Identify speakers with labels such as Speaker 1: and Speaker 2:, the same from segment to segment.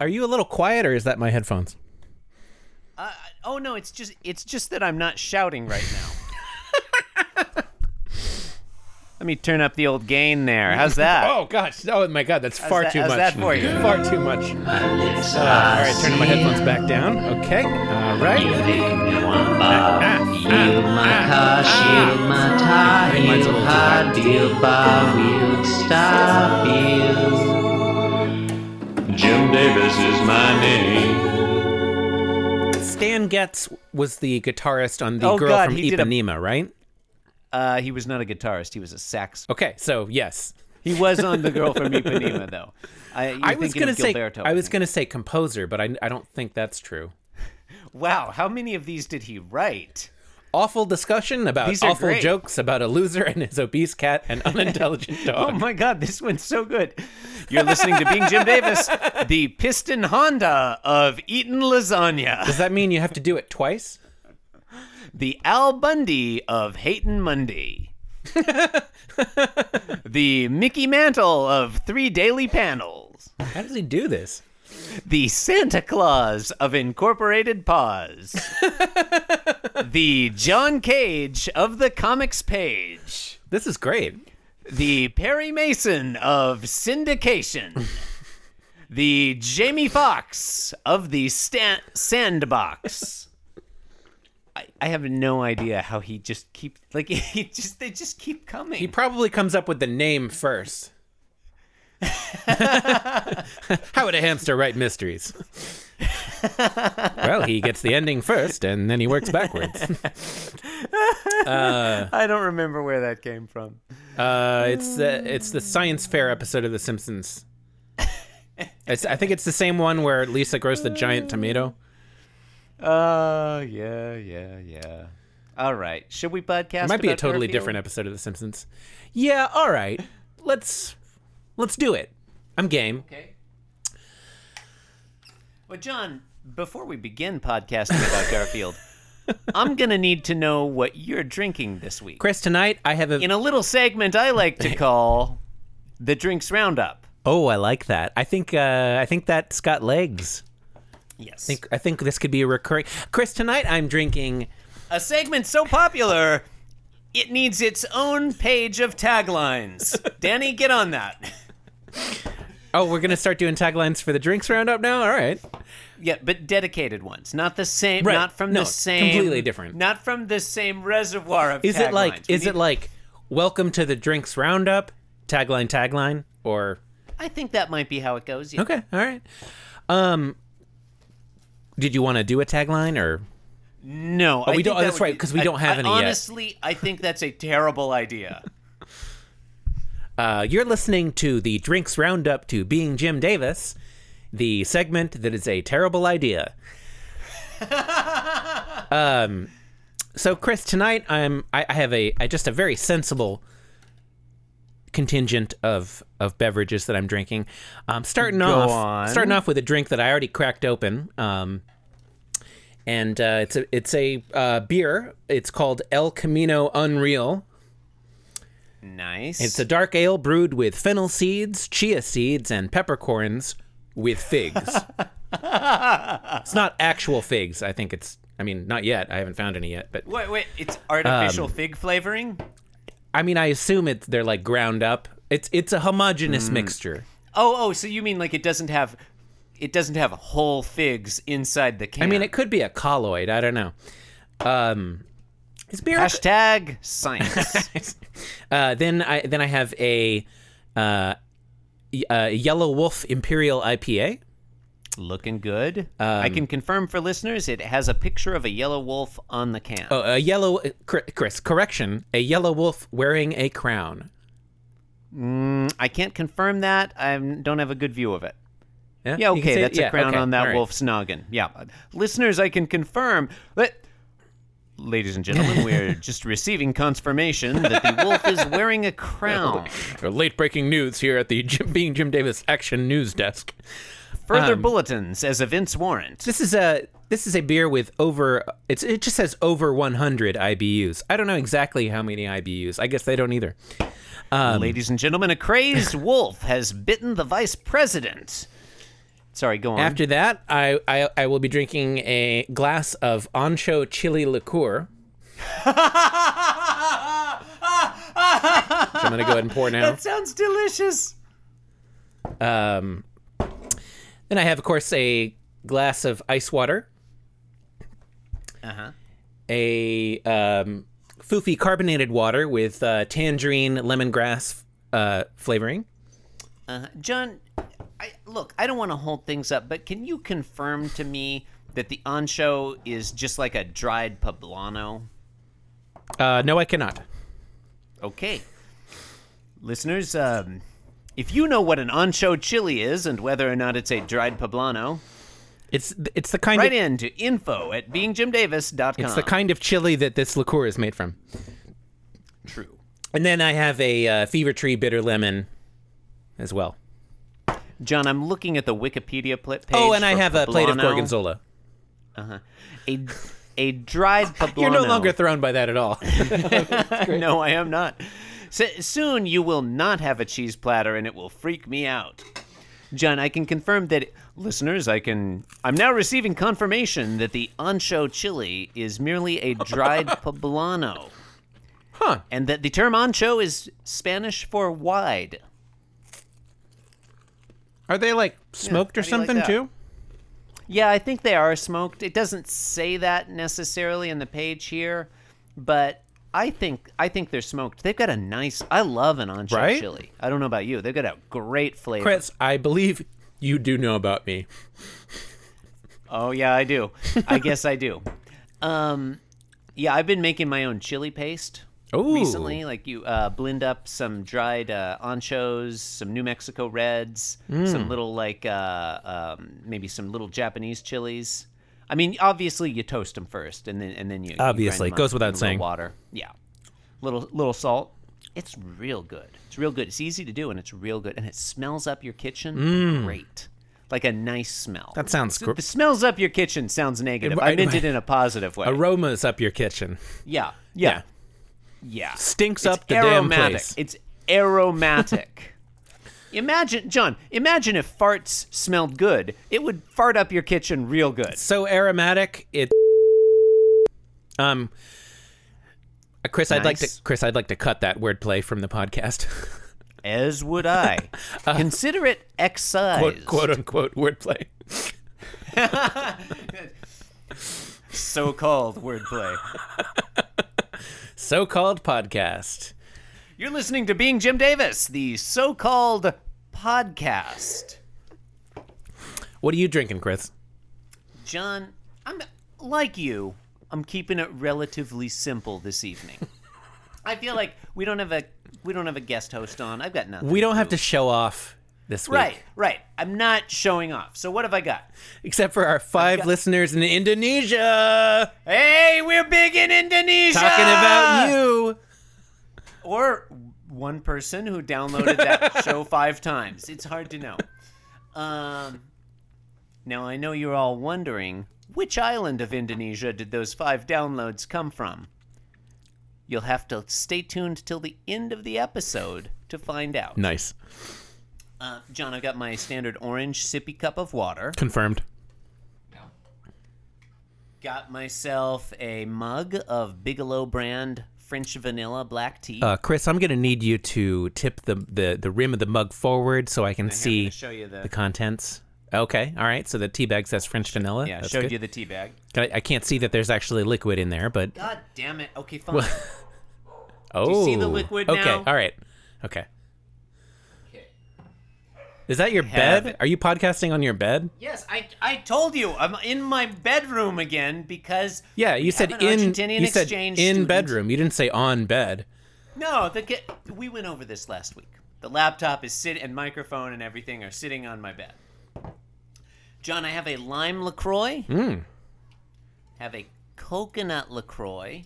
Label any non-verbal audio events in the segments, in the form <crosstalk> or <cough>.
Speaker 1: Are you a little quiet, or is that my headphones?
Speaker 2: Uh, oh no, it's just it's just that I'm not shouting right now.
Speaker 1: <laughs>
Speaker 2: Let me turn up the old gain there. How's that?
Speaker 1: Oh gosh! Oh my God! That's far
Speaker 2: that-
Speaker 1: too
Speaker 2: how's
Speaker 1: much.
Speaker 2: that for you?
Speaker 1: Far too much. all right, turning my headphones back down. Okay. All right.
Speaker 3: Jim Davis is my name.
Speaker 1: Stan Getz was the guitarist on the
Speaker 2: Oh,
Speaker 1: Girl
Speaker 2: God,
Speaker 1: from
Speaker 2: he did a-
Speaker 1: Ipanema, right?
Speaker 2: Uh, he was not a guitarist. He was a sax.
Speaker 1: Okay. So yes,
Speaker 2: He was on the girl from Ipanema
Speaker 1: <laughs>
Speaker 2: though. I, you were
Speaker 1: I was
Speaker 2: thinking
Speaker 1: gonna
Speaker 2: of
Speaker 1: say
Speaker 2: Gilberto,
Speaker 1: I was
Speaker 2: think.
Speaker 1: gonna say composer, but I, I don't think that's true.
Speaker 2: Wow, how many of these did he write?
Speaker 1: Awful discussion about
Speaker 2: These are
Speaker 1: awful
Speaker 2: great.
Speaker 1: jokes about a loser and his obese cat and unintelligent
Speaker 2: Oh
Speaker 1: dog.
Speaker 2: <laughs> my God, this one's so good. You're listening to Being Jim Davis, the piston Honda of Eaton Lasagna,
Speaker 1: Does that mean you have to do it twice?
Speaker 2: the Al Bundy of Hayton Monday, the Mickey Mantle of Three Daily Panels,
Speaker 1: How does he do this?
Speaker 2: the Santa Claus of Incorporated Paws, the John Cage of the Comics Page,
Speaker 1: This is great.
Speaker 2: the Perry Mason of syndication,
Speaker 1: <laughs>
Speaker 2: the Jamie Fox of the sta- sandbox. I, I have no idea how he just keep like <laughs> he just they just keep coming.
Speaker 1: He probably comes up with the name first. <laughs> How would a hamster write mysteries? well, he gets the ending first, and then he works backwards.
Speaker 2: I don't remember where that came from.
Speaker 1: Uh, it's the it's the science fair episode of The Simpsons. It's, I think it's the same one where Lisa grows the giant tomato.
Speaker 2: Uh yeah, yeah, yeah. All right. Should we podcast?
Speaker 1: It might be a
Speaker 2: about
Speaker 1: totally
Speaker 2: Garfield?
Speaker 1: different episode of The Simpsons. Yeah, all right. Let's let's do it. I'm game.
Speaker 2: Okay. Well, John, before we begin podcasting about
Speaker 1: <laughs>
Speaker 2: Garfield, I'm going to need to know what you're drinking this week.
Speaker 1: Chris, tonight I have a
Speaker 2: In a little segment I
Speaker 1: <laughs>
Speaker 2: like to call the Drinks Roundup.
Speaker 1: Oh, I like that. I think uh, I think that's got legs.
Speaker 2: Yes.
Speaker 1: I think this could be a recurring. Chris, tonight I'm drinking.
Speaker 2: a segment so popular, it needs its own page
Speaker 1: <laughs>
Speaker 2: of taglines. Danny, get on that.
Speaker 1: Oh, we're gonna start doing taglines for the drinks roundup now. All right.
Speaker 2: Yeah, but dedicated ones, not the same,
Speaker 1: Right.
Speaker 2: not from
Speaker 1: No,
Speaker 2: the same,
Speaker 1: completely different.
Speaker 2: not from the same reservoir of.
Speaker 1: Is it like?
Speaker 2: taglines. We
Speaker 1: Is
Speaker 2: need-
Speaker 1: it like? Welcome to the drinks roundup. Tagline, tagline, or
Speaker 2: I think that might be how it goes. Yeah.
Speaker 1: okay, all right. Um, did you want to do a tagline or?
Speaker 2: No, I
Speaker 1: we
Speaker 2: think
Speaker 1: don't- oh,
Speaker 2: that
Speaker 1: that's
Speaker 2: would
Speaker 1: right,
Speaker 2: be-
Speaker 1: 'cause we
Speaker 2: I-
Speaker 1: don't have
Speaker 2: I
Speaker 1: any yet.
Speaker 2: Honestly, I think that's a terrible idea.
Speaker 1: Uh, you're listening to the Drinks Roundup to Being Jim Davis, the segment that is a terrible idea. um, so Chris, tonight I'm I, I have a I just a very sensible contingent of of beverages that I'm drinking. Um, starting off
Speaker 2: on.
Speaker 1: starting off with a drink that I already cracked open. Um, and uh, it's a it's a uh, beer. It's called El Camino Unreal.
Speaker 2: nice.
Speaker 1: It's a dark ale brewed with fennel seeds, chia seeds, and peppercorns with figs. it's not actual figs. I think it's, I mean, not yet. I haven't found any yet. But
Speaker 2: wait, wait. It's artificial
Speaker 1: Um,
Speaker 2: fig flavoring.
Speaker 1: I mean, I assume it's, they're like ground up. It's, it's a homogeneous mixture.
Speaker 2: Oh, oh. So you mean like it doesn't have, it doesn't have whole figs inside the can?
Speaker 1: I mean, it could be a colloid. I don't know. Um, is beer.
Speaker 2: hashtag
Speaker 1: <laughs>
Speaker 2: science.
Speaker 1: uh, then I then I have a uh, y- uh, Yellow Wolf Imperial IPA.
Speaker 2: Looking good.
Speaker 1: Um,
Speaker 2: I can confirm for listeners, it has a picture of a yellow wolf on the can.
Speaker 1: Oh, a yellow uh, cor- Chris correction. A yellow wolf wearing a crown.
Speaker 2: I can't confirm that. I don't have a good view of it. Yeah,
Speaker 1: you can
Speaker 2: okay,
Speaker 1: say-
Speaker 2: that's
Speaker 1: yeah,
Speaker 2: a crown
Speaker 1: okay,
Speaker 2: on that
Speaker 1: all right.
Speaker 2: wolf's noggin. Yeah, uh, listeners, I can confirm that. Ladies and
Speaker 1: <laughs>
Speaker 2: gentlemen, we're just receiving confirmation that the wolf is wearing a
Speaker 1: <laughs>
Speaker 2: crown.
Speaker 1: Uh, Late breaking news here at the Jim, being Jim Davis Action News Desk.
Speaker 2: Further
Speaker 1: Um,
Speaker 2: bulletins as events warrant.
Speaker 1: This is a this is a beer with over. It's it just says over 100 IBUs. I don't know exactly how many IBUs. I guess they don't either. <laughs>
Speaker 2: Ladies and gentlemen, a crazed wolf has bitten the vice president. Sorry, go on.
Speaker 1: After that, I, I I will be drinking a glass of ancho chili liqueur. which I'm gonna go ahead and pour
Speaker 2: <laughs>
Speaker 1: now.
Speaker 2: <laughs> that sounds delicious.
Speaker 1: Um, then I have, of course, a glass of ice water,
Speaker 2: Uh huh.
Speaker 1: a um, foofy carbonated water with uh, tangerine lemongrass uh, flavoring.
Speaker 2: Uh, John, I, look, I don't want to hold things up, but can you confirm to me that the ancho is just like a dried poblano?
Speaker 1: Uh, no, I cannot.
Speaker 2: Okay. Listeners, um, if you know what an ancho chili is and whether or not it's a dried poblano,
Speaker 1: It's it's the kind
Speaker 2: write
Speaker 1: of
Speaker 2: in to info at beingjimdavis.com.
Speaker 1: it's the kind of chili that this liqueur is made from.
Speaker 2: True.
Speaker 1: And then I have a uh, fever tree bitter lemon, as well.
Speaker 2: John, I'm looking at the Wikipedia pl- page.
Speaker 1: Oh, and I
Speaker 2: for
Speaker 1: have a plate of
Speaker 2: poblano.
Speaker 1: gorgonzola.
Speaker 2: A, a dried
Speaker 1: <laughs>
Speaker 2: poblano.
Speaker 1: You're no longer thrown by that at
Speaker 2: <laughs>
Speaker 1: all.
Speaker 2: No, I am not. S- soon you will not have a cheese platter, and it will freak me out. John, I can confirm that listeners, I can. I'm now receiving confirmation that the ancho chili is merely a dried poblano,
Speaker 1: huh?
Speaker 2: and that the term ancho is Spanish for wide.
Speaker 1: Are they like smoked or
Speaker 2: how do you like
Speaker 1: something
Speaker 2: that?
Speaker 1: too?
Speaker 2: Yeah, I think they are smoked. It doesn't say that necessarily in the page here, but I think I think they're smoked. They've got a nice. I love an ancho
Speaker 1: Right?
Speaker 2: chili. I don't know about you. They've got a great flavor.
Speaker 1: Chris, I believe you do know about me.
Speaker 2: Oh yeah, I do.
Speaker 1: <laughs>
Speaker 2: I guess I do. Um, yeah, I've been making my own chili paste
Speaker 1: Ooh.
Speaker 2: recently. Like you uh, blend up some dried uh, anchos, some New Mexico reds, some
Speaker 1: Mm.
Speaker 2: little like uh, um, maybe some little Japanese chilies. I mean, obviously you toast them first, and then and then you you grind
Speaker 1: Obviously, it
Speaker 2: them
Speaker 1: goes
Speaker 2: up in
Speaker 1: without
Speaker 2: a little
Speaker 1: saying.
Speaker 2: Water, yeah, little little salt. It's real good. It's real good. It's easy to do, and it's real good, and it smells up your kitchen. Great, like a nice smell.
Speaker 1: Mm. That sounds gr-
Speaker 2: The smells up your kitchen sounds negative.
Speaker 1: I-
Speaker 2: I meant it in a positive way.
Speaker 1: aromas up your kitchen.
Speaker 2: yeah, yeah, yeah.
Speaker 1: Stinks
Speaker 2: It's
Speaker 1: up the
Speaker 2: aromatic.
Speaker 1: damn place.
Speaker 2: It's aromatic. imagine, John. Imagine if farts smelled good. It would fart up your kitchen real good.
Speaker 1: so aromatic. It. Um, uh, Chris, I'd like
Speaker 2: Nice.
Speaker 1: to. Chris, I'd like to cut that wordplay from the podcast.
Speaker 2: As
Speaker 1: <laughs>
Speaker 2: would I. Consider it excised.
Speaker 1: quote, quote unquote wordplay.
Speaker 2: So-called wordplay.
Speaker 1: So-called podcast.
Speaker 2: You're listening to Being Jim Davis, the so-called podcast.
Speaker 1: What are you drinking, Chris?
Speaker 2: John, I'm like you. I'm keeping it relatively simple this evening. I feel like we don't have a we don't have a guest host on. I've got nothing.
Speaker 1: We don't have to show off this week,
Speaker 2: Right, right. I'm not showing off. So what have I got?
Speaker 1: Except for our five listeners in Indonesia
Speaker 2: Hey, we're big in Indonesia.
Speaker 1: talking about you.
Speaker 2: Or one person who
Speaker 1: <laughs>
Speaker 2: downloaded that show five times. It's hard to know. Um, now I know you're all wondering which island of Indonesia did those five downloads come from. You'll have to stay tuned till the end of the episode to find out.
Speaker 1: Nice.
Speaker 2: Uh, John, I've got my standard orange sippy cup of water.
Speaker 1: Confirmed.
Speaker 2: Got myself a mug of Bigelow brand French vanilla black tea.
Speaker 1: Uh, Chris, I'm going to need you to tip the, the, the rim of the mug forward so I can
Speaker 2: Here, I'm gonna
Speaker 1: see
Speaker 2: show you the,
Speaker 1: the contents. Okay, all right. So the tea bag says French vanilla.
Speaker 2: yeah,
Speaker 1: That's
Speaker 2: showed
Speaker 1: good.
Speaker 2: you the tea bag.
Speaker 1: I, I can't see that there's actually liquid in there, but
Speaker 2: God damn it. Okay, fine.
Speaker 1: oh,
Speaker 2: see the liquid
Speaker 1: okay,
Speaker 2: now?
Speaker 1: all right, okay. Is that your
Speaker 2: Have-
Speaker 1: bed? Are you podcasting on your bed?
Speaker 2: Yes, I, I told you I'm in my bedroom again because
Speaker 1: Yeah, you
Speaker 2: we
Speaker 1: said
Speaker 2: have an
Speaker 1: in.
Speaker 2: Argentinian
Speaker 1: you said in
Speaker 2: exchange student.
Speaker 1: bedroom. You didn't say on bed.
Speaker 2: No, the ki- we went over this last week. The laptop is sit and microphone and everything are sitting on my bed. John, I have a lime Lacroix. Have a coconut Lacroix.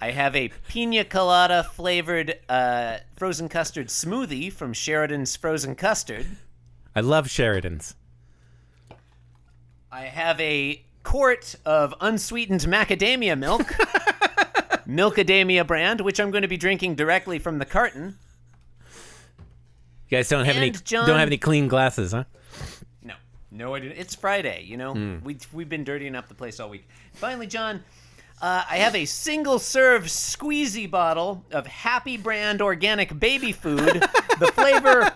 Speaker 2: I have a pina colada flavored uh, frozen custard smoothie from Sheridan's Frozen Custard.
Speaker 1: I love Sheridan's.
Speaker 2: I have a quart of unsweetened macadamia milk, Milkadamia brand, which I'm going to be drinking directly from the carton.
Speaker 1: You guys don't have any
Speaker 2: And John-
Speaker 1: don't have any clean glasses, huh?
Speaker 2: No, no, I didn't. It's Friday, you know. We we've been dirtying up the place all week. Finally, John, uh, I have a single serve squeezy bottle of Happy Brand organic baby food. the flavor,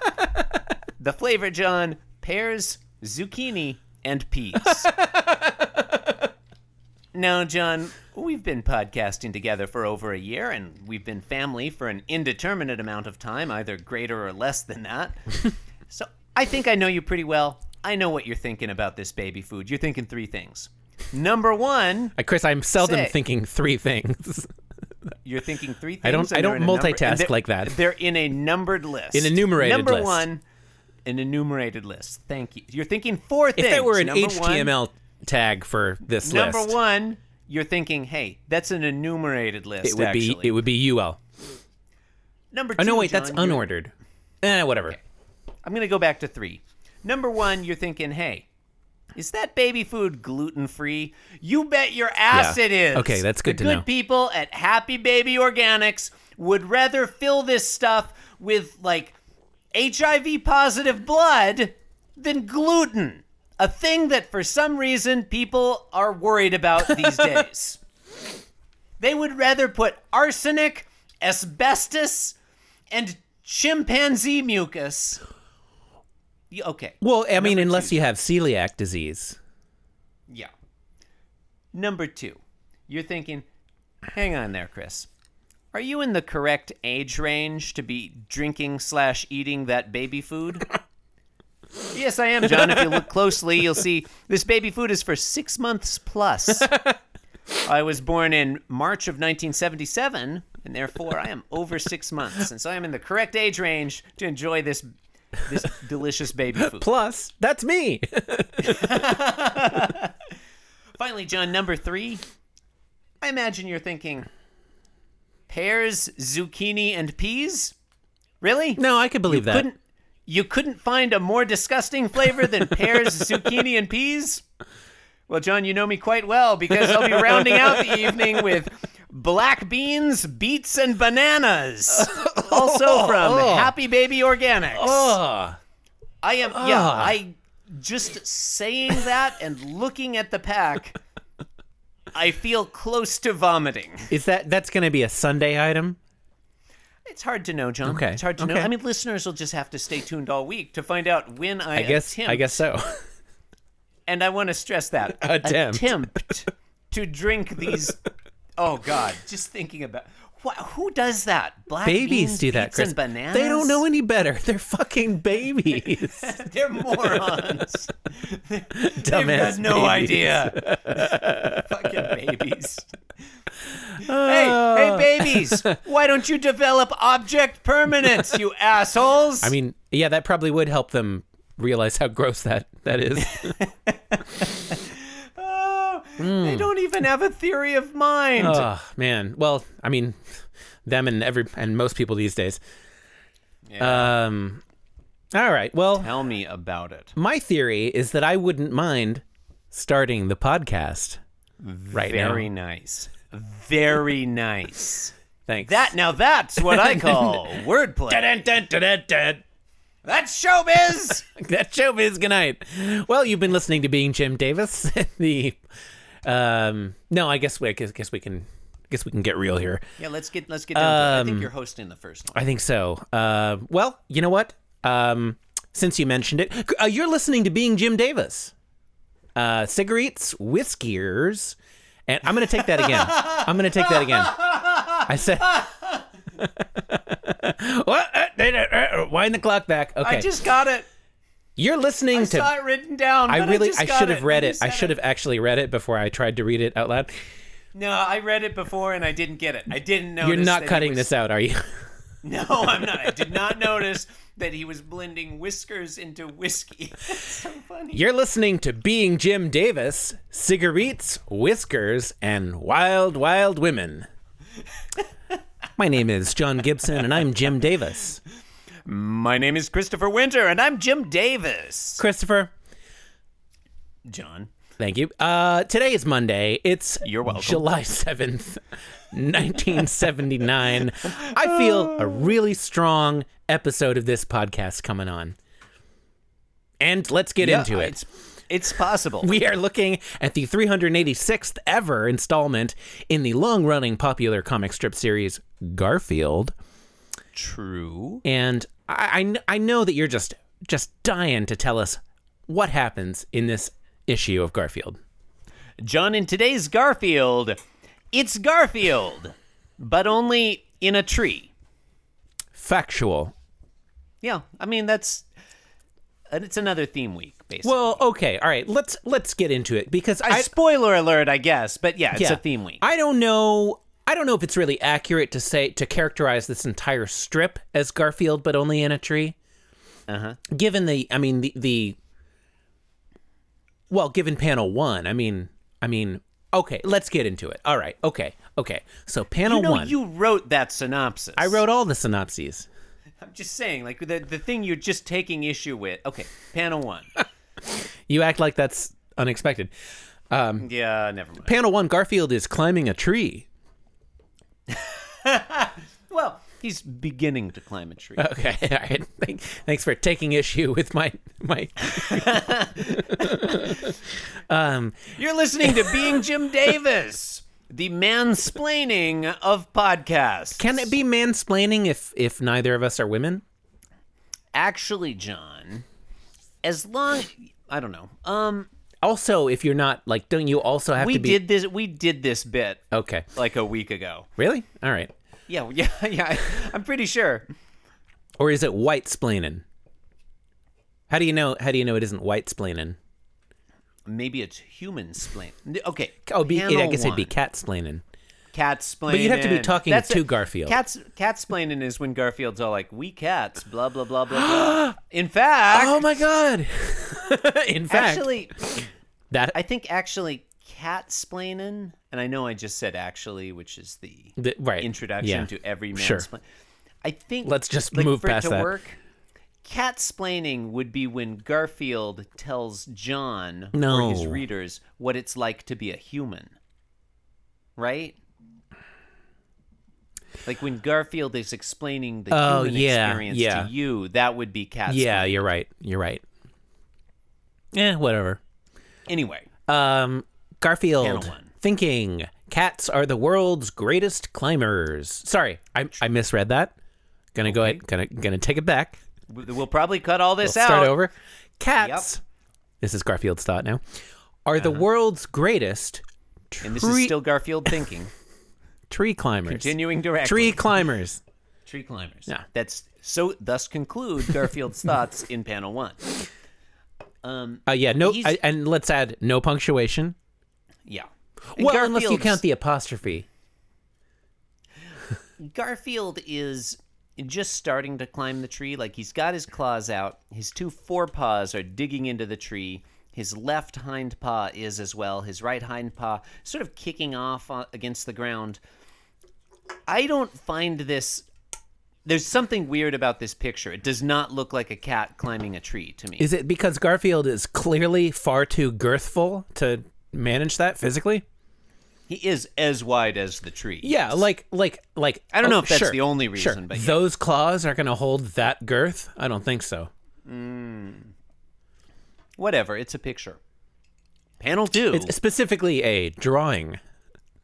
Speaker 2: the flavor, John, pears, zucchini, and peas. Now, John, we've been podcasting together for over a year, and we've been family for an indeterminate amount of time, either greater or less than that. so I think I know you pretty well. I know what you're thinking about this baby food. You're thinking three things. Number one,
Speaker 1: Uh, Chris, I'm seldom
Speaker 2: Say.
Speaker 1: thinking three things <laughs>
Speaker 2: you're thinking three things.
Speaker 1: I don't-
Speaker 2: and
Speaker 1: I
Speaker 2: they're
Speaker 1: don't
Speaker 2: in a number- and
Speaker 1: multitask
Speaker 2: they're-
Speaker 1: like that.
Speaker 2: They're in a numbered list.
Speaker 1: An enumerated
Speaker 2: number
Speaker 1: list.
Speaker 2: one, an enumerated list. Thank you. You're thinking four things.
Speaker 1: If there were an
Speaker 2: Number one-
Speaker 1: HTML tag for this
Speaker 2: Number
Speaker 1: list,
Speaker 2: one, you're thinking, hey, that's an enumerated list.
Speaker 1: it would
Speaker 2: actually.
Speaker 1: be it would be UL.
Speaker 2: Number two.
Speaker 1: Oh no, wait, that's
Speaker 2: John, you're-
Speaker 1: unordered. Eh, whatever.
Speaker 2: I'm going to go back to three. Number one, you're thinking, hey, is that baby food gluten free? You bet your ass
Speaker 1: Yeah.
Speaker 2: it is.
Speaker 1: Okay, that's good
Speaker 2: the
Speaker 1: to
Speaker 2: good
Speaker 1: know.
Speaker 2: people at Happy Baby Organics would rather fill this stuff with like HIV positive blood than gluten, a thing that for some reason people are
Speaker 1: <laughs>
Speaker 2: worried about these days. They would rather put arsenic, asbestos, and chimpanzee mucus. Y- Okay.
Speaker 1: Well, I mean, unless you have celiac disease.
Speaker 2: Yeah. Number two, you're thinking, hang on there, Chris. Are you in the correct age range to be drinking slash eating that baby food? yes, I am, John. If you look closely, you'll see this baby food is for six months plus. I was born in March of 1977, and therefore I am over six months, and so I am in the correct age range to enjoy this this delicious baby food.
Speaker 1: Plus, that's me.
Speaker 2: Finally, John, number three. I imagine you're thinking pears, zucchini, and peas? Really?
Speaker 1: <laughs> no, I could believe that.
Speaker 2: Couldn't you couldn't find a more disgusting flavor than pears, zucchini, and peas? Well, John, you know me quite well because I'll be rounding out the evening with black beans, beets, and bananas. Also from Happy Baby Organics.
Speaker 1: Oh. Ugh.
Speaker 2: I am. Yeah,
Speaker 1: Ah.
Speaker 2: I just saying that and looking at the pack, I feel close to vomiting.
Speaker 1: Is that that's going to be a Sunday item?
Speaker 2: It's hard to know, John.
Speaker 1: Okay,
Speaker 2: It's hard to know.
Speaker 1: okay.
Speaker 2: I mean, listeners will just have to stay tuned all week to find out when I,
Speaker 1: I guess
Speaker 2: attempt,
Speaker 1: I guess so.
Speaker 2: and I want to stress that
Speaker 1: <laughs> Attempt.
Speaker 2: attempt to drink these. Oh God, just thinking about. Wha who does that?
Speaker 1: <laughs>
Speaker 2: Black
Speaker 1: babies
Speaker 2: beans,
Speaker 1: do that,
Speaker 2: beets,
Speaker 1: Chris.
Speaker 2: And bananas?
Speaker 1: They don't
Speaker 2: <laughs>
Speaker 1: know any better. <laughs> They're fucking babies. <laughs>
Speaker 2: They're morons. They've
Speaker 1: Dumbass
Speaker 2: got no
Speaker 1: babies.
Speaker 2: idea.
Speaker 1: <laughs>
Speaker 2: Fucking babies.
Speaker 1: Uh.
Speaker 2: hey,
Speaker 1: <laughs>
Speaker 2: hey, babies! Why don't you develop object permanence, you assholes?
Speaker 1: I mean, yeah, that probably would help them realize how gross that that is.
Speaker 2: oh, they
Speaker 1: hmm.
Speaker 2: don't even have a theory of mind.
Speaker 1: oh man. Well, I mean, them and every and most people these days. Um. All right. Well,
Speaker 2: Tell me about it.
Speaker 1: my theory is that I wouldn't mind starting the podcast right
Speaker 2: Very
Speaker 1: now.
Speaker 2: nice. Very nice.
Speaker 1: Thanks.
Speaker 2: That now that's
Speaker 1: <laughs>
Speaker 2: what I call wordplay.
Speaker 1: Dun, dun, dun, dun, dun.
Speaker 2: That's showbiz.
Speaker 1: that showbiz good night well you've been listening to being jim davis <laughs> the um no i guess we I guess, guess we can guess we can get real here
Speaker 2: <laughs> yeah, let's get let's get down. to it. I
Speaker 1: Um,
Speaker 2: think you're hosting the first one.
Speaker 1: i think so uh well you know what um since you mentioned it c- uh, you're listening to being jim davis uh cigarettes whiskers and i'm gonna take that again
Speaker 2: <laughs>
Speaker 1: i'm gonna take that again i said <laughs> What? Uh, uh, uh, uh, wind the clock back okay
Speaker 2: I just got it.
Speaker 1: you're listening to
Speaker 2: saw it written down.
Speaker 1: I
Speaker 2: but
Speaker 1: really,
Speaker 2: just
Speaker 1: I
Speaker 2: got
Speaker 1: should have read
Speaker 2: when
Speaker 1: it.
Speaker 2: you
Speaker 1: I
Speaker 2: said
Speaker 1: should have actually read it before I tried to read it out loud.
Speaker 2: No, I read it before and I didn't get it. I didn't notice.
Speaker 1: You're
Speaker 2: that
Speaker 1: not
Speaker 2: he
Speaker 1: cutting
Speaker 2: was-
Speaker 1: this out, are you?
Speaker 2: <laughs> No, I'm not. I did not notice that he was blending whiskers into whiskey. <laughs> That's so funny.
Speaker 1: You're listening to Being Jim Davis, Cigarettes, Whiskers, and Wild Wild Women. My name is John Gibson, and I'm Jim Davis.
Speaker 2: My name is Christopher Winter and I'm Jim Davis.
Speaker 1: Christopher,
Speaker 2: John.
Speaker 1: Thank you. Uh, today is Monday. It's
Speaker 2: You're welcome.
Speaker 1: July 7th, 1979. I feel a really strong episode of this podcast coming on. And let's get
Speaker 2: Yeah,
Speaker 1: into it.
Speaker 2: It's, it's possible.
Speaker 1: We are looking at the 386th ever installment in the long running popular comic strip series Garfield.
Speaker 2: True.
Speaker 1: And I, I kn- I know that you're just just dying to tell us what happens in this issue of Garfield.
Speaker 2: John, in today's Garfield, it's Garfield, but only in a tree.
Speaker 1: Factual
Speaker 2: Yeah, I mean that's and it's another theme week, basically.
Speaker 1: Well, okay, all right. Let's let's get into it because I,
Speaker 2: I, spoiler alert, I guess, but yeah, it's
Speaker 1: yeah,
Speaker 2: a theme week.
Speaker 1: I don't know. I don't know if it's really accurate to say to characterize this entire strip as Garfield, but only in a tree. Uh huh. Given the, I mean the the. Well, given panel one, I mean, I mean, okay, let's get into it. All right, okay, okay. So panel
Speaker 2: you know,
Speaker 1: one,
Speaker 2: you wrote that synopsis.
Speaker 1: I wrote all the synopses.
Speaker 2: I'm just saying, like the the thing you're just taking issue with. Okay,
Speaker 1: <laughs>
Speaker 2: panel one.
Speaker 1: You act like that's unexpected.
Speaker 2: yeah, never mind.
Speaker 1: Panel one, Garfield is climbing a tree. <laughs>
Speaker 2: Well, he's beginning to climb a tree.
Speaker 1: Okay, all right. Thank, thanks for taking issue with my my
Speaker 2: You're listening to
Speaker 1: <laughs>
Speaker 2: Being Jim Davis, the mansplaining of podcasts.
Speaker 1: Can it be mansplaining if if neither of us are women?
Speaker 2: actually, John, as long I don't know. Um,
Speaker 1: Also, if you're not like, don't you also have
Speaker 2: we
Speaker 1: to be?
Speaker 2: did this. We did this bit
Speaker 1: Okay,
Speaker 2: like a week ago.
Speaker 1: really? All right.
Speaker 2: Yeah, <laughs> yeah, yeah. I'm pretty sure.
Speaker 1: Or is it white splaining? How do you know? How do you know it isn't white splaining?
Speaker 2: Maybe it's human splain. Okay.
Speaker 1: Oh, be, I
Speaker 2: panel
Speaker 1: guess it'd be
Speaker 2: one.
Speaker 1: cat splaining.
Speaker 2: cat splaining.
Speaker 1: you'd have to be talking
Speaker 2: That's
Speaker 1: to
Speaker 2: it.
Speaker 1: Garfield.
Speaker 2: Cats cat splaining is when Garfield's all like, "We cats," blah blah blah
Speaker 1: <gasps>
Speaker 2: blah. blah. In fact,
Speaker 1: Oh my god! <laughs> In fact,
Speaker 2: actually,
Speaker 1: that
Speaker 2: I think actually cat splaining, and I know I just said actually, which is the,
Speaker 1: the, right
Speaker 2: introduction
Speaker 1: yeah.
Speaker 2: to every man.
Speaker 1: Sure.
Speaker 2: I think
Speaker 1: Let's just
Speaker 2: like,
Speaker 1: move
Speaker 2: for it
Speaker 1: past
Speaker 2: to
Speaker 1: that.
Speaker 2: Work, cat splaining would be when Garfield tells John or his
Speaker 1: No.
Speaker 2: readers what it's like to be a human, right? Like when Garfield is explaining the
Speaker 1: Oh,
Speaker 2: human
Speaker 1: yeah,
Speaker 2: experience
Speaker 1: yeah.
Speaker 2: to you, that would be cat.
Speaker 1: Yeah,
Speaker 2: splaining.
Speaker 1: you're right. You're right. Yeah, whatever.
Speaker 2: Anyway,
Speaker 1: Um, Garfield
Speaker 2: Panel one.
Speaker 1: thinking cats are the world's greatest climbers. Sorry, I, I misread that. Gonna go ahead. Gonna gonna take it back.
Speaker 2: we- we'll probably cut all this out.
Speaker 1: Start over. Cats. This is Garfield's thought now. Are
Speaker 2: Uh-huh.
Speaker 1: the world's greatest tree,
Speaker 2: And this is still Garfield
Speaker 1: <laughs>
Speaker 2: thinking.
Speaker 1: tree climbers.
Speaker 2: Continuing directly.
Speaker 1: Tree climbers.
Speaker 2: Tree climbers.
Speaker 1: Yeah.
Speaker 2: That's so. Thus
Speaker 1: <laughs>
Speaker 2: conclude Garfield's thoughts in panel one.
Speaker 1: Uh, yeah. No.
Speaker 2: He's-
Speaker 1: I, and let's add no punctuation.
Speaker 2: Yeah.
Speaker 1: Well, unless you count the apostrophe.
Speaker 2: Garfield's- Garfield is just starting to climb the tree. Like he's got his claws out. His two forepaws are digging into the tree. His left hind paw is as well. His right hind paw sort of kicking off uh, against the ground. I don't find this. There's something weird about this picture. It does not look like a cat climbing a tree to me.
Speaker 1: Is it because Garfield is clearly far too girthful to manage that physically?
Speaker 2: He is as wide as the tree.
Speaker 1: Yeah, like like like oh,
Speaker 2: I don't know if that's
Speaker 1: sure,
Speaker 2: the only
Speaker 1: sure.
Speaker 2: reason, but yeah.
Speaker 1: those claws are going to hold that girth? I don't think so.
Speaker 2: whatever. It's a picture. Panel two.
Speaker 1: It's specifically a drawing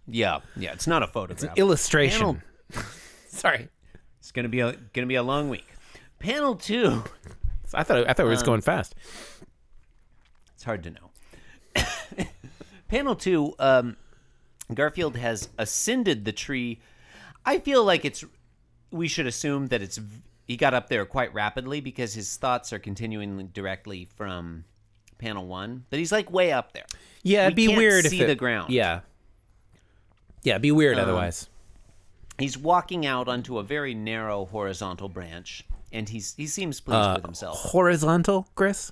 Speaker 2: yeah, yeah. It's not a photograph.
Speaker 1: illustration. <laughs> Sorry.
Speaker 2: It's gonna be a gonna be a long week. Panel two. <laughs>
Speaker 1: I thought I thought we
Speaker 2: Um,
Speaker 1: were just going fast.
Speaker 2: It's hard to know. <laughs> Panel two. Um, Garfield has ascended the tree. I feel like it's. We should assume that it's. v- He got up there quite rapidly because his thoughts are continuing directly from panel one, but he's like way up there.
Speaker 1: Yeah, it'd
Speaker 2: We
Speaker 1: be
Speaker 2: can't
Speaker 1: weird
Speaker 2: see
Speaker 1: if it,
Speaker 2: the ground. Um,
Speaker 1: Yeah. Yeah, it'd be weird otherwise.
Speaker 2: He's walking out onto a very narrow horizontal branch, and he's he seems pleased with himself.
Speaker 1: Horizontal, Chris?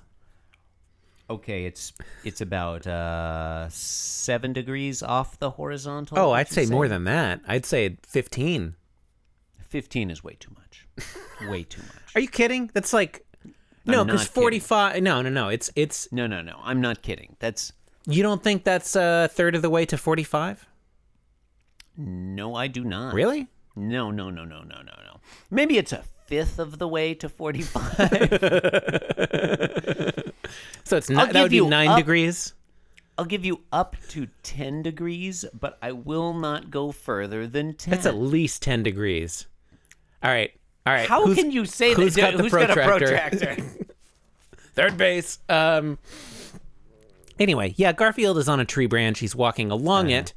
Speaker 2: Okay, it's it's about uh, seven degrees off the horizontal.
Speaker 1: Oh,
Speaker 2: would
Speaker 1: I'd
Speaker 2: you
Speaker 1: say more than that. I'd say 15.
Speaker 2: fifteen is way too
Speaker 1: <laughs>
Speaker 2: much. way too much.
Speaker 1: Are you kidding? That's like No,
Speaker 2: I'm not
Speaker 1: cuz
Speaker 2: kidding.
Speaker 1: 45 No, no, no. It's it's
Speaker 2: No, no, no. I'm not kidding. That's
Speaker 1: You don't think that's a third of the way to 45?
Speaker 2: No, I do not.
Speaker 1: Really?
Speaker 2: No, no, no, no, no, no, no. Maybe it's a fifth of the way to 45.
Speaker 1: So it's
Speaker 2: I'll
Speaker 1: not, that
Speaker 2: give
Speaker 1: would be
Speaker 2: you
Speaker 1: nine
Speaker 2: up-
Speaker 1: degrees.
Speaker 2: <laughs> I'll give you up to 10 degrees, but I will not go further than 10.
Speaker 1: That's at least 10 degrees. All right. All right.
Speaker 2: How
Speaker 1: Who's-
Speaker 2: can you say
Speaker 1: who's
Speaker 2: that?
Speaker 1: got the
Speaker 2: who's got a
Speaker 1: protractor? <laughs>
Speaker 2: protractor?
Speaker 1: third base. Um. Anyway, yeah, Garfield is on a tree branch. He's walking along it,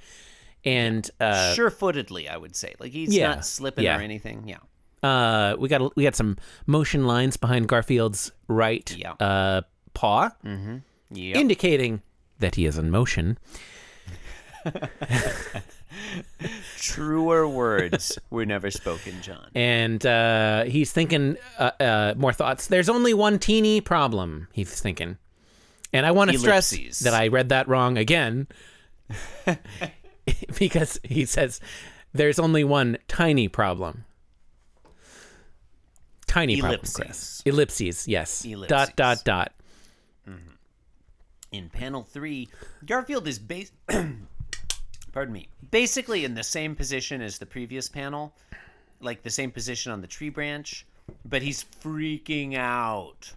Speaker 1: and uh,
Speaker 2: Sure-footedly, I would say. Like he's
Speaker 1: Yeah.
Speaker 2: not slipping
Speaker 1: Yeah.
Speaker 2: or anything. Yeah.
Speaker 1: uh, we got a- we got some motion lines behind Garfield's right
Speaker 2: Yeah.
Speaker 1: uh, paw,
Speaker 2: Yeah.
Speaker 1: indicating that he is in motion.
Speaker 2: Truer words were never spoken, John.
Speaker 1: and uh, he's thinking uh, uh, more thoughts. There's only one teeny problem, he's thinking. And I want to stress
Speaker 2: Ellipses.
Speaker 1: that I read that wrong again <laughs> because he says there's only one tiny problem. Tiny problem, Chris.
Speaker 2: Ellipses.
Speaker 1: Ellipses, yes.
Speaker 2: Ellipses.
Speaker 1: Dot, dot, dot.
Speaker 2: In panel three, Garfield is bas- <clears throat> pardon me, basically in the same position as the previous panel, like the same position on the tree branch, but he's freaking out.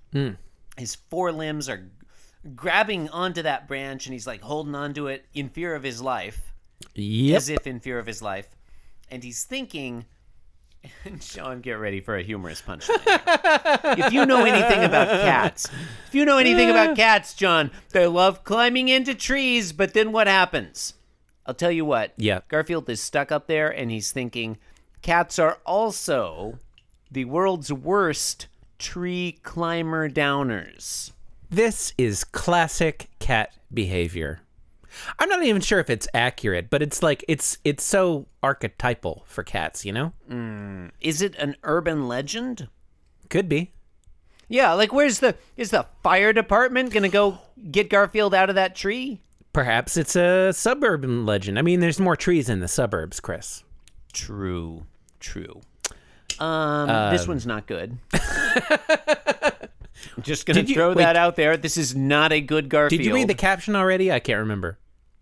Speaker 2: His forelimbs are grabbing onto that branch, and he's like holding onto it in fear of his life.
Speaker 1: Yep.
Speaker 2: as if in fear of his life, and he's thinking. <laughs> Sean, get ready for a humorous punchline. here. if you know anything about cats, if you know anything
Speaker 1: <laughs>
Speaker 2: about cats, John, they love climbing into trees, but then what happens? I'll tell you what.
Speaker 1: Yeah.
Speaker 2: Garfield is stuck up there and he's thinking cats are also the world's worst tree climber downers.
Speaker 1: This is classic cat behavior. I'm not even sure if it's accurate, but it's like it's it's so archetypal for cats, you know?
Speaker 2: Is it an urban legend?
Speaker 1: Could be.
Speaker 2: Yeah, like where's the is the fire department gonna go get Garfield out of that tree?
Speaker 1: Perhaps it's a suburban legend. I mean, there's more trees in the suburbs, Chris.
Speaker 2: True, true. Um, this one's not good. I'm just gonna
Speaker 1: Did you-
Speaker 2: throw
Speaker 1: wait.
Speaker 2: that out there. This is not a good Garfield.
Speaker 1: Did you read the caption already? I can't remember.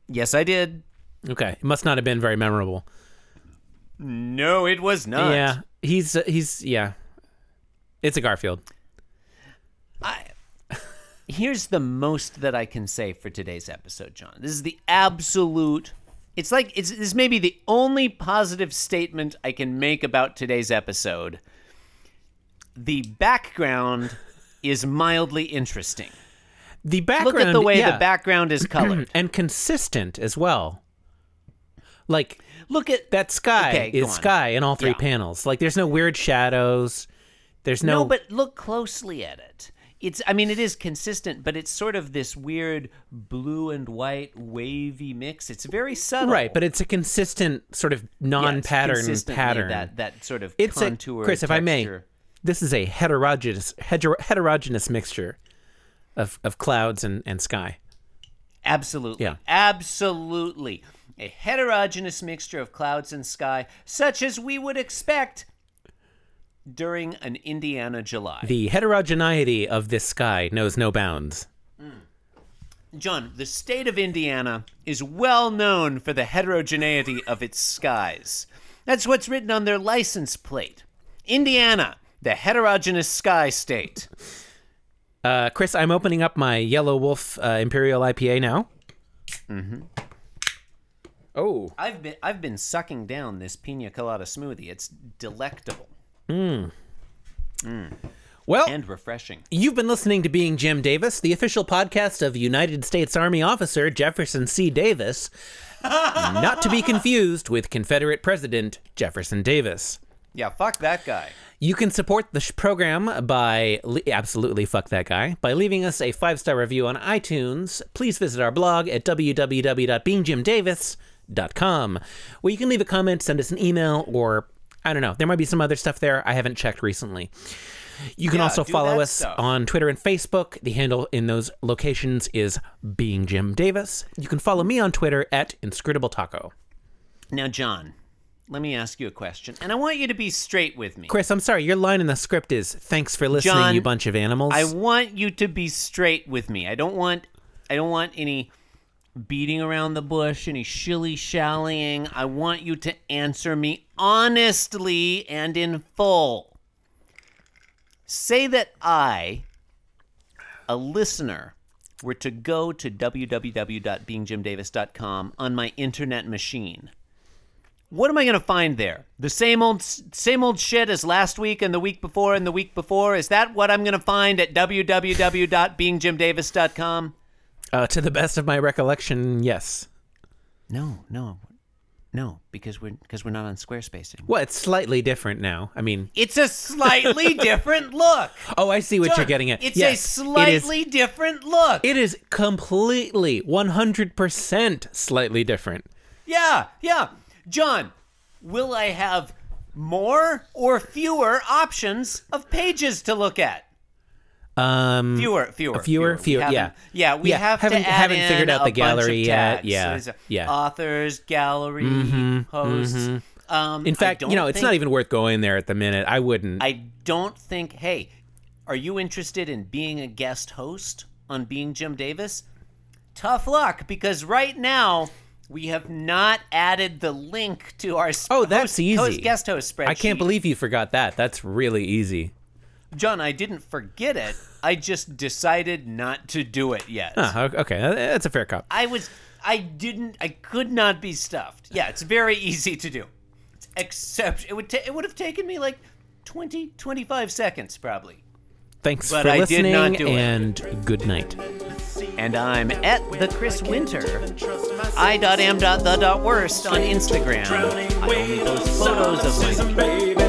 Speaker 2: Yes, I did.
Speaker 1: Okay, it must not have been very memorable.
Speaker 2: No, it was not.
Speaker 1: Yeah, he's uh, he's yeah. It's a Garfield.
Speaker 2: I, here's the most that I can say for today's episode, John. This is the absolute. It's like it's this may be the only positive statement I can make about today's episode. The background is mildly interesting.
Speaker 1: The background.
Speaker 2: Look at the way
Speaker 1: yeah,
Speaker 2: the
Speaker 1: <clears throat>
Speaker 2: background is colored.
Speaker 1: and consistent as well. Like
Speaker 2: Look at
Speaker 1: that sky
Speaker 2: Okay, go
Speaker 1: is
Speaker 2: on.
Speaker 1: sky in all three
Speaker 2: Yeah.
Speaker 1: panels. Like there's no weird shadows. There's no,
Speaker 2: No, but look closely at it. It's I mean it is consistent, but it's sort of this weird blue and white wavy mix. It's very subtle.
Speaker 1: right. But it's a consistent sort of
Speaker 2: Yeah, it's
Speaker 1: non-pattern
Speaker 2: consistently
Speaker 1: pattern.
Speaker 2: that that sort of
Speaker 1: It's a-
Speaker 2: contour
Speaker 1: Chris, if I may,
Speaker 2: texture.
Speaker 1: this is a heterogeneous heter- heterogeneous mixture of, of clouds and, and sky.
Speaker 2: absolutely
Speaker 1: Yeah.
Speaker 2: absolutely a heterogeneous mixture of clouds and sky such as we would expect during an Indiana July.
Speaker 1: The heterogeneity of this sky knows no bounds.
Speaker 2: John, the state of Indiana is well known for the heterogeneity of its skies. That's what's written on their license plate. Indiana, the heterogeneous sky state.
Speaker 1: Uh, Chris, I'm opening up my Yellow Wolf uh, Imperial IPA now. Mm-hmm. Oh,
Speaker 2: I've been I've been sucking down this pina colada smoothie. It's delectable
Speaker 1: well,
Speaker 2: and refreshing.
Speaker 1: You've been listening to Being Jim Davis, the official podcast of United States Army officer Jefferson C. Davis, not to be confused with Confederate President Jefferson Davis.
Speaker 2: Yeah, fuck that guy.
Speaker 1: You can support the sh- program by le- absolutely fuck that guy by leaving us a five star review on iTunes. Please visit our blog at www.beingjimdavis.com, where you can leave a comment, send us an email, or I don't know. There might be some other stuff there I haven't checked recently. You can
Speaker 2: Yeah,
Speaker 1: also
Speaker 2: do
Speaker 1: follow
Speaker 2: that
Speaker 1: us
Speaker 2: stuff.
Speaker 1: on Twitter and Facebook. The handle in those locations is Being Jim Davis. You can follow me on Twitter at Inscrutable Taco.
Speaker 2: Now, John, let me ask you a question, and I want you to be straight with me.
Speaker 1: Chris, I'm sorry. Your line in the script is "Thanks for listening,
Speaker 2: John,
Speaker 1: you bunch of animals."
Speaker 2: I want you to be straight with me. I don't want I don't want any beating around the bush, any shilly shallying. I want you to answer me honestly and in full. Say that I, a listener, were to go to www.beingjimdavis.com on my internet machine. What am I going to find there? The same old same old shit as last week and the week before and the week before. Is that what I'm going to find at www.beingjimdavis.com?
Speaker 1: Uh, to the best of my recollection, yes.
Speaker 2: No, no, no, because we're because we're not on Squarespace anymore.
Speaker 1: Well, it's slightly different now. I mean,
Speaker 2: It's
Speaker 1: <laughs>
Speaker 2: a slightly different look.
Speaker 1: oh, I see what you're getting at.
Speaker 2: It's a
Speaker 1: Yes, it is-
Speaker 2: slightly different look.
Speaker 1: It is completely 100% slightly different.
Speaker 2: yeah, yeah. John, will I have more or fewer options of pages to look at?
Speaker 1: Um
Speaker 2: Fewer, fewer,
Speaker 1: Fewer,
Speaker 2: We
Speaker 1: fewer,
Speaker 2: haven't-
Speaker 1: yeah.
Speaker 2: yeah. We
Speaker 1: Yeah,
Speaker 2: have
Speaker 1: haven't-
Speaker 2: to add
Speaker 1: haven't
Speaker 2: in
Speaker 1: figured out the
Speaker 2: a bunch of
Speaker 1: there's yet,
Speaker 2: tags.
Speaker 1: yeah,
Speaker 2: There's a
Speaker 1: yeah. Mm-hmm,
Speaker 2: Authors, gallery, hosts. Um,
Speaker 1: in
Speaker 2: I
Speaker 1: fact, you
Speaker 2: don't
Speaker 1: know, it's
Speaker 2: think-
Speaker 1: not even worth going there at the minute. I wouldn't.
Speaker 2: I don't think. Hey, are you interested in being a guest host on Being Jim Davis? Tough luck, because right now we have not added the link to our s-
Speaker 1: Oh, that's
Speaker 2: host,
Speaker 1: easy.
Speaker 2: host- guest host spreadsheet.
Speaker 1: I can't believe you forgot that. That's really easy.
Speaker 2: John. I didn't forget it. I just decided not to do it yet.
Speaker 1: Uh, okay, uh, that's a fair cop.
Speaker 2: I was I didn't I could not be stuffed. Yeah, it's very easy to do. Except it would ta- it would have taken me like 20 25 seconds probably.
Speaker 1: Thanks
Speaker 2: But
Speaker 1: for
Speaker 2: I did
Speaker 1: listening
Speaker 2: not do it.
Speaker 1: and good night.
Speaker 2: And I'm at the Chris Winter. I.am.the.worst on Instagram. I only post photos of my
Speaker 4: Baby,